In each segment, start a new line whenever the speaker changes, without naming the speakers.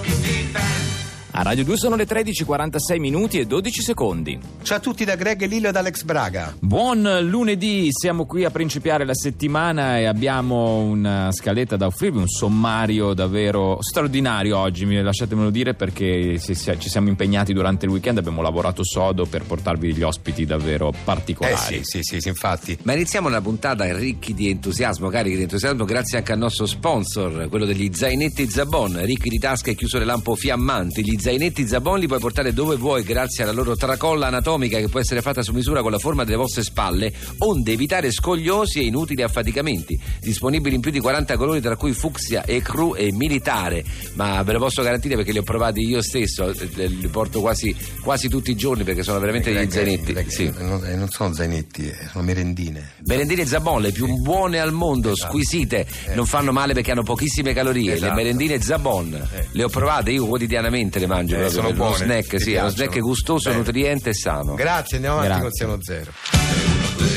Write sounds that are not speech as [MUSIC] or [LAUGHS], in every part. tutti fan.
A Radio 2 sono le 13.46 minuti e 12 secondi.
Ciao a tutti da Greg Lillo e da Alex Braga.
Buon lunedì, siamo qui a principiare la settimana e abbiamo una scaletta da offrirvi, un sommario davvero straordinario oggi, mi- lasciatemelo dire perché si- si- ci siamo impegnati durante il weekend, abbiamo lavorato sodo per portarvi gli ospiti davvero
Eh
particolari.
sì, sì, sì, sì, infatti.
Ma iniziamo la puntata ricchi di entusiasmo, carichi di entusiasmo, grazie anche al nostro sponsor, quello degli zainetti Zabon, ricchi di tasche e chiusure lampo fiammanti. Gli zainetti Zabon li puoi portare dove vuoi grazie alla loro tracolla anatomica che può essere fatta su misura con la forma delle vostre spalle, onde evitare scogliosi e inutili affaticamenti. Disponibili in più di 40 colori tra cui fucsia e cru e militare, ma ve lo posso garantire perché li ho provati io stesso, eh, li porto quasi, quasi tutti i giorni perché sono veramente
Greg,
gli zainetti.
Greg,
sì.
Non, eh, non sono zainetti, eh, sono merendine.
Merendine Zabon, le più buone al mondo,
Esatto.
squisite,
Eh.
non fanno male perché hanno pochissime calorie.
Esatto.
Le merendine Zabon,
Eh.
le ho provate, io quotidianamente le mangio,
Eh,
proprio,
sono
è uno
buone,
snack,
ti
sì, è uno
piacciono.
snack gustoso,
Bene.
nutriente e sano.
Grazie, andiamo avanti
Grazie.
con Siano Zero.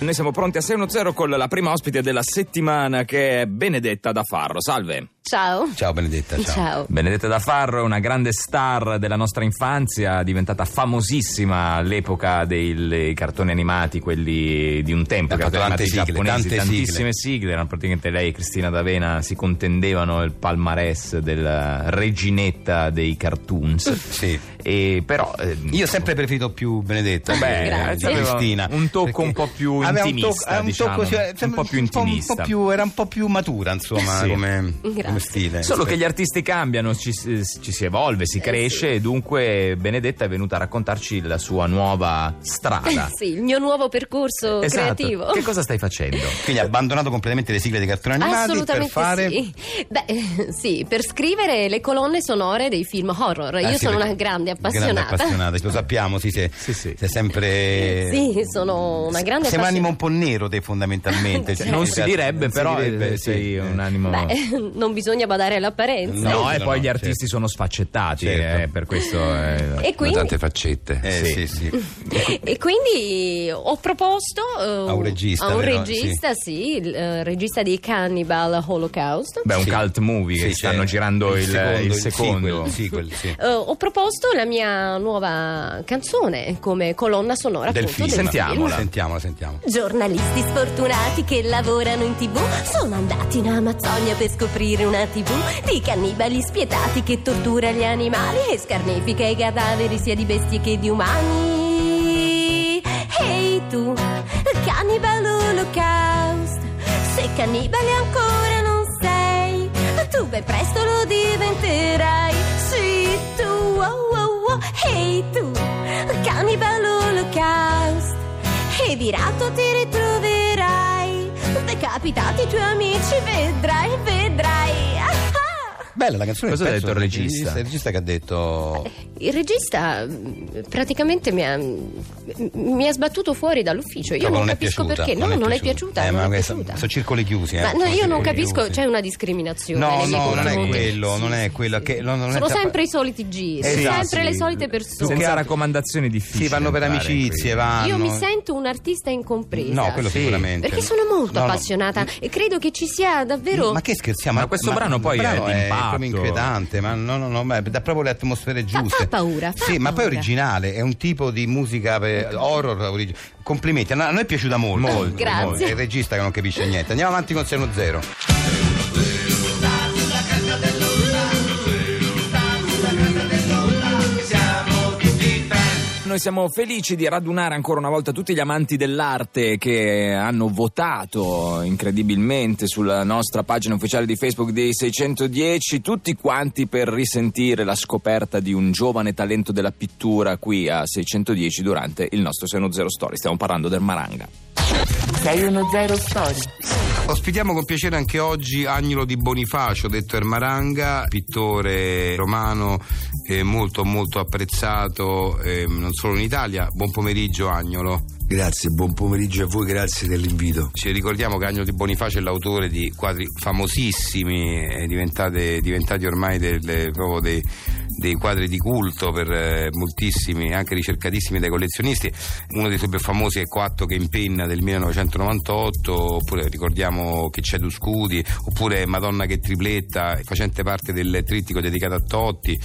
Noi siamo pronti a 610 con la prima ospite della settimana che è Benedetta da Farro, salve!
Ciao.
Ciao Benedetta, ciao.
Oh. Benedetta da Farro è una grande star della nostra infanzia, diventata famosissima all'epoca dei dei cartoni animati, quelli di un tempo,
Ha fatto
cartoni
tante
animati
sigle,
giapponesi,
tante
tantissime sigle. erano praticamente lei e Cristina D'Avena si contendevano il palmarès della reginetta dei cartoons.
Sì.
E però ehm,
Eh. Io ho sempre preferito più Benedetta
Beh,
eh, di
grazie.
Cristina.
Un tocco
Perché
un po' più
aveva un
intimista,
tocco- aveva un tocco,
diciamo.
sì,
Un po' più
un po'
intimista.
più- era un po' più matura, insomma,
Sì.
come,
Grazie.
come stile.
Solo che gli artisti cambiano, ci, si- ci si evolve, si cresce e dunque Benedetta è venuta a raccontarci la sua nuova strada.
[LAUGHS] Sì, il mio nuovo percorso
Esatto.
creativo.
Che cosa stai facendo?
Quindi ha abbandonato completamente le sigle dei cartoni animati
Ah, Assolutamente
per fare
sì. Beh, [LAUGHS] eh, sì, per scrivere le colonne sonore dei film horror.
Ah,
Io
sì,
sono
perché-
una grande appassionata.
Grande appassionata, lo sappiamo, sì, sei,
Sì, sì.
sei sempre...
Sì, sono una grande
Sei un animo
appassionata.
un po' nero te
[LAUGHS]
fondamentalmente.
Cioè,
sì,
non
mi
si
piace-
direbbe,
Eh, non si
però
direbbe,
eh,
sì.
sei un animo.
Beh, [LAUGHS] eh, non bisogna badare all'apparenza.
No,
No,
e
no,
poi
no,
gli artisti
certo.
sono sfaccettati,
Certo.
eh, per questo. eh,
E
Con
quindi,
tante faccette.
Eh, sì, sì.
e quindi ho proposto eh,
A un regista,
a un
vero?
regista, sì, il eh, regista di Cannibal Holocaust.
Beh, un
Sì.
cult movie che
Sì, certo.
stanno
c'è
girando il, il secondo.
sequel, sequel, sì.
Eh, ho proposto la mia nuova canzone come colonna sonora
Del
appunto
film.
del
Sentiamola.
film.
Sentiamola, sentiamo.
Giornalisti sfortunati che lavorano in tv sono andati in Amazzonia per scoprire una tv di cannibali spietati che tortura gli animali e scarnifica i cadaveri sia di bestie che di umani. Ehi tu, cannibal holocaust, se cannibale ancora non sei, tu ben presto lo diventerai. Sì, tu, oh, oh, oh, ehi tu, cannibal holocaust. E di ratto ti ritroverai Decapitati i tuoi amici vedrai, vedrai Ah, ah.
Bella la canzone.
Cosa ha
pezzo
detto il
del
regista?
Il regista che ha detto...
Il regista mh, praticamente mi ha, mh, mi ha sbattuto fuori dall'ufficio. Io
Proprio
non,
è
capisco
piaciuta,
perché. No, non è piaciuta.
Eh,
non
ma
è
questa-
piaciuta.
Sono circoli chiusi. eh,
Ma no,
sono
io non
circoli
capisco,
chiusi.
c'è una discriminazione.
No, no,
nei miei
non è
confronti.
quello, non è quello che- no, non è-
Sono sempre i soliti giri,
Esatto,
sempre le
sì.
solite
Più
persone.
che
Senza
altro-
raccomandazioni difficili.
Sì, vanno per
entrare in
amicizie,
quei-
vanno...
Io mi sento un'artista incompresa.
No, quello
Sì.
sicuramente.
Perché sono molto
No, no.
appassionata e credo che ci sia davvero.
Ma che scherziamo?
Ma questo brano poi
il
è d'impatto.
proprio inquietante, ma no, no, no, ma dà proprio le atmosfere
Fa-
giuste.
fa paura, fa
sì, ma poi è
paura.
originale, è un tipo di musica per- horror orig- Complimenti, a noi è piaciuta molto.
Molto,
Grazie. molto.
È il regista che non capisce niente. Andiamo avanti con Seno Zero.
Noi siamo felici di radunare ancora una volta tutti gli amanti dell'arte che hanno votato incredibilmente sulla nostra pagina ufficiale di Facebook dei 610, tutti quanti per risentire la scoperta di un giovane talento della pittura qui a 610 durante il nostro 610 Story. Stiamo parlando del Maranga.
610 Story.
Ospitiamo con piacere anche oggi Agnolo di Bonifacio, detto Ermaranga, pittore romano
eh, molto molto apprezzato eh, non solo in Italia. Buon pomeriggio Agnolo.
Grazie, buon pomeriggio a voi, grazie dell'invito.
Ci ricordiamo che Agnolo di Bonifacio è l'autore di quadri famosissimi, eh, diventate- diventati ormai delle- proprio dei, dei quadri di culto per eh, moltissimi, anche ricercatissimi dai collezionisti. Uno dei suoi più famosi è Coatto che impenna del 1998, oppure ricordiamo che c'è Duscudi, oppure Madonna che tripletta, facente parte del trittico dedicato a Totti,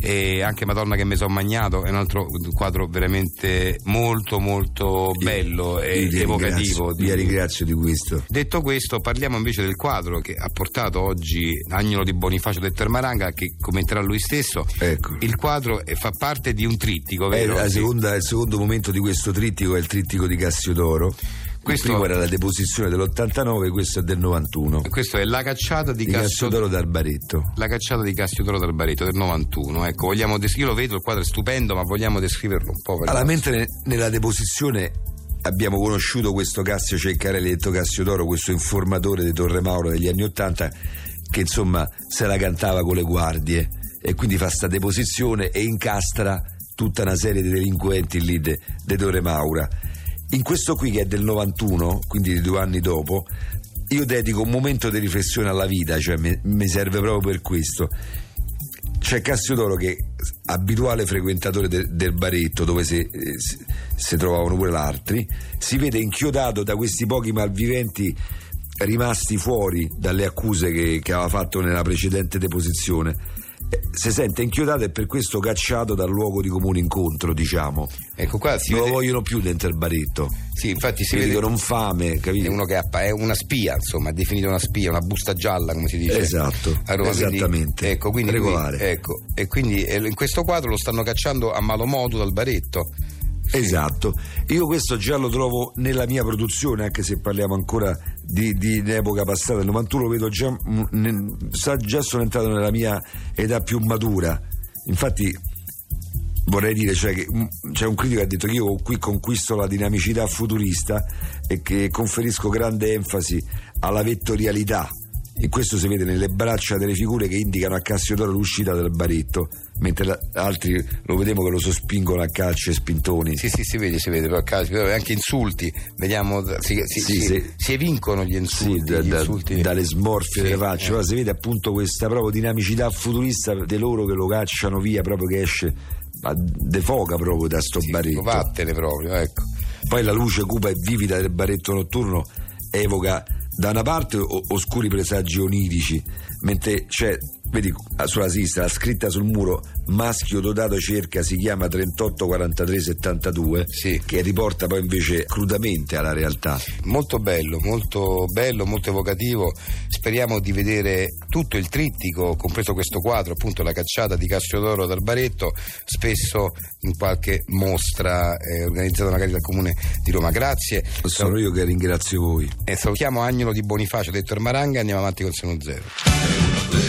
e anche Madonna che me son magnato, è un altro quadro veramente molto molto bello e
Io vi
evocativo.
ringrazio, Vi ringrazio di questo.
Detto questo, parliamo invece del quadro che ha portato oggi Agnolo di Bonifacio del Termaranga, che commenterà lui stesso.
Ecco.
Il quadro eh, fa parte di un trittico,
Eh,
vero?
la
Sì.
seconda- il secondo momento di questo trittico è il trittico di Cassiodoro.
Questo-
Questo... primo era la deposizione dell'89, questo è del 91.
Questo è La cacciata di,
Di
Cassiodoro.
Cassiodoro dal Baretto.
La cacciata di Cassiodoro d'Arbareto del 91, ecco, vogliamo des- io lo vedo, il quadro è stupendo, ma vogliamo descriverlo un po'. per-
Allora, mentre nella deposizione abbiamo conosciuto questo Cassio Ceccarelli, detto Cassiodoro, questo informatore di Torre Mauro degli anni Ottanta, che insomma se la cantava con le guardie e quindi fa sta deposizione e incastra tutta una serie di delinquenti lì de, de Torre Maura. In questo qui che è del 91, quindi di due anni dopo, io dedico un momento di riflessione alla vita, cioè mi- mi serve proprio per questo. C'è Cassiodoro che abituale frequentatore de- del baretto dove si, eh, si- si trovavano pure l'altri, si vede inchiodato da questi pochi malviventi rimasti fuori dalle accuse che, che aveva fatto nella precedente deposizione. Eh, Si sente inchiodato e per questo cacciato dal luogo di comune incontro, diciamo.
Ecco qua si
non
vede...
lo vogliono più dentro il baretto.
Sì, infatti si
Si
vede
dicono un fame,
è
capito?
uno che appa- è una spia, insomma, è definito una spia, una busta gialla, come si dice.
Esatto,
a Roma, quindi-
esattamente.
ecco, quindi lui-
Regolare.
ecco, e quindi eh, in questo quadro lo stanno cacciando a malo modo dal baretto.
Esatto, io questo già lo trovo nella mia produzione, anche se parliamo ancora di, di epoca passata, del 91 lo vedo già, mm, nel- sa, già sono entrato nella mia età più matura, infatti vorrei dire, cioè, che, mm, c'è un critico che ha detto che io qui conquisto la dinamicità futurista e che conferisco grande enfasi alla vettorialità. E questo si vede nelle braccia delle figure che indicano a Cassiodoro l'uscita dal baretto, mentre la- altri lo vediamo che lo sospingono a calci e spintoni.
Sì, sì, si vede, si vede, però, cazzo, però anche insulti, vediamo, si, si,
Sì,
si-
sì.
si evincono gli
Sì,
insulti.
da-
gli
da-
insulti.
dalle
Sì,
smorfie delle facce,
eh.
però si vede appunto questa proprio dinamicità futurista di loro che lo cacciano via, proprio che esce a defoca proprio da sto
Sì,
baretto.
vattene proprio, ecco.
Poi la luce cupa e vivida del baretto notturno evoca da una parte o- oscuri presagi onirici, mentre c'è, vedi sulla sinistra, la scritta sul muro maschio dotato cerca si chiama 384372,
Sì.
che riporta poi invece crudamente alla realtà.
Molto bello, molto bello, molto evocativo. Speriamo di vedere tutto il trittico, compreso questo quadro, appunto la cacciata di Cassiodoro dal Baretto, spesso in qualche mostra eh, organizzata magari dal Comune di Roma. Grazie.
Sono io che ringrazio voi.
E salutiamo Agnolo di Bonifacio, detto il Maranga, e andiamo avanti con Seno Zero.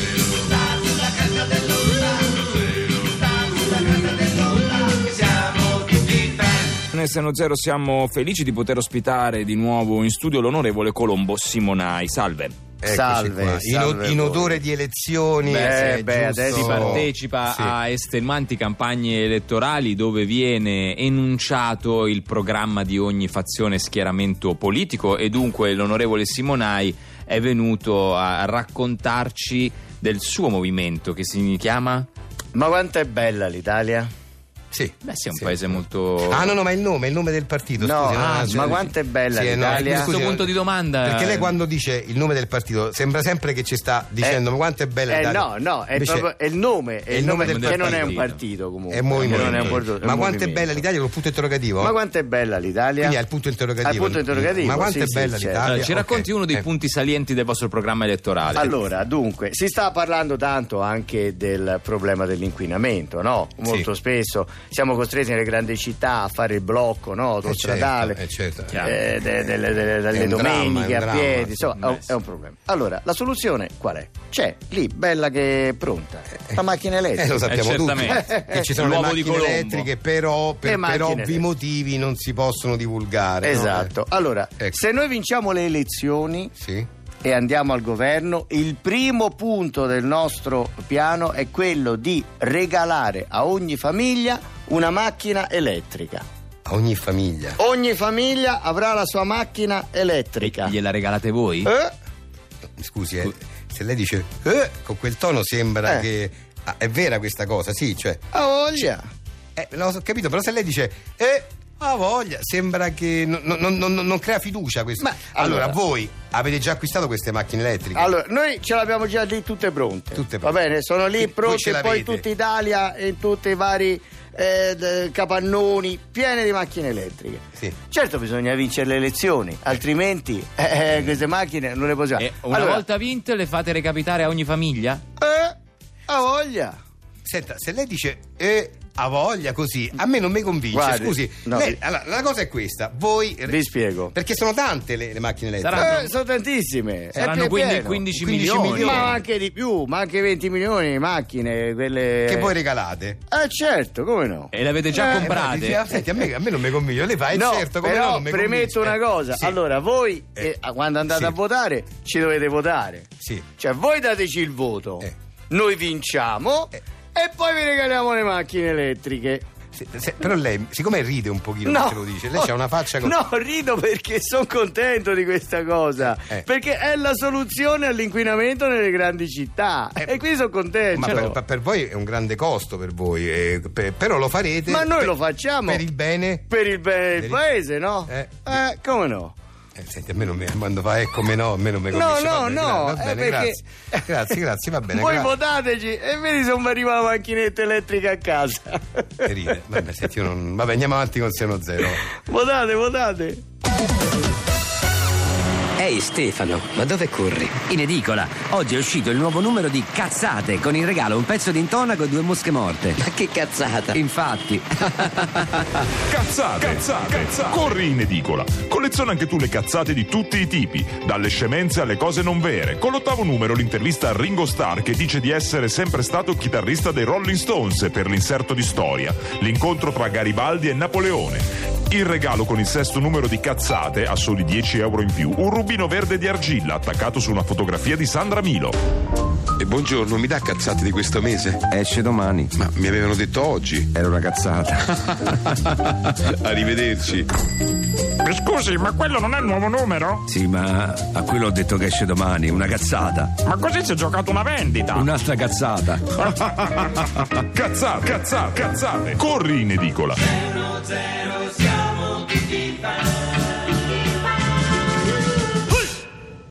Nel Seno Zero siamo felici di poter ospitare di nuovo in studio l'onorevole Colombo Simonai. Salve.
Eccoci
Salve,
qua. In, o-
salve
in
voi.
odore di elezioni,
Beh,
eh,
beh,
giusto.
adesso-
Sì.
Si
partecipa a estenuanti campagne elettorali dove viene enunciato il programma di ogni fazione e schieramento politico e dunque l'onorevole Simonai è venuto a raccontarci del suo movimento che si chiama...
Ma quanto è bella l'Italia?
Sì.
Beh sì, è un
Sì.
paese molto...
Ah no, no, ma il nome, il nome del partito.
No,
scusi,
ah,
sì,
ma
sì.
quanto è bella l'Italia.
scusi,
Questo punto di domanda-
Perché lei quando dice il nome del partito sembra sempre che ci sta dicendo
Eh,
ma quanto è bella
eh,
l'Italia.
no, no, è
Invece
proprio- è il nome, è il nome
del
che non è un
partito.
partito comunque.
È un
Che
movimento.
non è un partito, è un
ma quanto è
movimento.
bella l'Italia col punto interrogativo?
Ma quanto è bella l'Italia?
Quindi è il punto interrogativo.
Al punto interrogativo,
Ma quanto
sì,
è
sì,
bella
certo.
l'Italia?
Allora, ci
Ok.
racconti uno dei
Eh.
punti salienti del vostro programma elettorale.
Allora, dunque, si sta parlando tanto anche del problema dell'inquinamento, no? Molto spesso siamo costretti nelle grandi città a fare il blocco, no?
Eh,
Autostradale.
certo, eh, certo.
Chiaro.
eh, de- delle, delle- dalle
È un dramma,
domeniche
è un
a
dramma.
piedi, insomma,
Eh,
è un-
sì.
è un problema. Allora, la soluzione qual è? C'è lì, bella che è pronta, la macchina
Eh,
elettrica.
lo sappiamo
Eh,
tutti
[LAUGHS]
certamente.
che ci sono le
L'uovo di
macchine
Colombo.
elettriche, però per,
Le
per
macchine
ovvi
elettriche.
motivi non si possono divulgare. no? eh.
Eh,
Esatto. Allora,
Ecco.
se noi vinciamo le elezioni,
Sì.
e andiamo al governo, il primo punto del nostro piano è quello di regalare a ogni famiglia una macchina elettrica.
A ogni famiglia.
Ogni famiglia avrà la sua macchina elettrica.
Gliela regalate voi?
Eh?
Scusi, eh, se lei dice "Eh", con quel tono sembra
Eh.
che ah, è vera questa cosa, sì, cioè.
A voglia!
Eh, l'ho capito, però se lei dice "Eh, ha voglia", sembra che non, non- non- non crea fiducia questo.
Ma,
allora,
allora.
voi avete già acquistato queste macchine elettriche?
Allora, noi ce l'abbiamo già lì tutte pronte.
Tutte
Va bene, sono lì
Voi ce
pronte, poi
l'avete.
tutta Italia e tutti i vari eh, d- capannoni pieni di macchine elettriche.
Sì.
Certo bisogna vincere le elezioni, altrimenti eh, eh,
Mm.
queste macchine non le possiamo.
E Eh, una
Allora,
volta vinte le fate recapitare a ogni famiglia?
eh, ha voglia.
Senta, se lei dice "Eh, ha voglia così", a me non mi convince.
Guardi,
Scusi,
no,
lei-
vi-
allora, la cosa è questa, voi
Vi spiego.
perché sono tante le, le macchine elettriche.
Saranno-
Eh, sono tantissime.
Saranno
è pie-
quindi
pieno.
15
milioni.
Ma anche di più, ma anche 20 milioni di macchine, quelle...
che voi regalate.
Eh certo, come no?
E le avete già
Eh,
Eh,
comprate?
dice, "Ah, senti, a me, a me non mi convince, lei fa, "Eh,
no,
certo, come no,
però
non mi
premetto
convince".
una cosa,
Eh, sì,
allora voi eh, quando andate
sì.
a votare ci dovete votare,
sì.
cioè voi dateci il voto,
Eh.
noi vinciamo
Eh.
e poi vi regaliamo le macchine elettriche.
Se- se- però lei, siccome ride un pochino, se lo dice, lei ha una faccia con...
No, rido perché sono contento di questa cosa.
Eh.
Perché è la soluzione all'inquinamento nelle grandi città.
Eh.
E quindi sono contento.
Ma per, per- per voi è un grande costo, per voi, eh, per- però lo farete.
Ma noi
per-
lo facciamo.
Per il bene.
Per il bene del
Per il-
paese, no?
Eh.
Eh, come no?
Eh, senti, a me non mi. Quando fa, eh, come no, a me non mi
No,
convince.
no,
va bene,
no,
gra- va
eh,
bene,
perché-
grazie. Grazie, Eh, grazie, va bene.
[LAUGHS] Voi
gra-
votateci e vedi se mi arriva la macchinetta elettrica a casa. [LAUGHS]
E ride. Vabbè, senti, io non- vabbè, andiamo avanti con Siano Zero.
votate, votate.
Ehi Stefano, ma dove corri?
In edicola, oggi è uscito il nuovo numero di Cazzate con in regalo un pezzo di intonaco e due mosche morte.
Ma che cazzata!
Infatti.
Cazzate, cazzate, Corri in edicola. Colleziona anche tu le cazzate di tutti i tipi, dalle scemenze alle cose non vere. Con l'ottavo numero l'intervista a Ringo Starr che dice di essere sempre stato chitarrista dei Rolling Stones per l'inserto di storia, l'incontro tra Garibaldi e Napoleone. Il regalo con il sesto numero di cazzate, a soli 10 euro in più, un rubino verde di argilla attaccato su una fotografia di Sandra Milo.
E buongiorno, mi dà cazzate di questo mese?
Esce domani.
Ma mi avevano detto oggi.
Era una cazzata.
Arrivederci.
Scusi, ma quello non è il nuovo numero?
Sì, ma a quello ho detto che esce domani, una cazzata.
Ma così si è giocato una vendita.
Un'altra cazzata.
Cazzate, cazzate, cazzate. Corri in edicola.
Uno zero siamo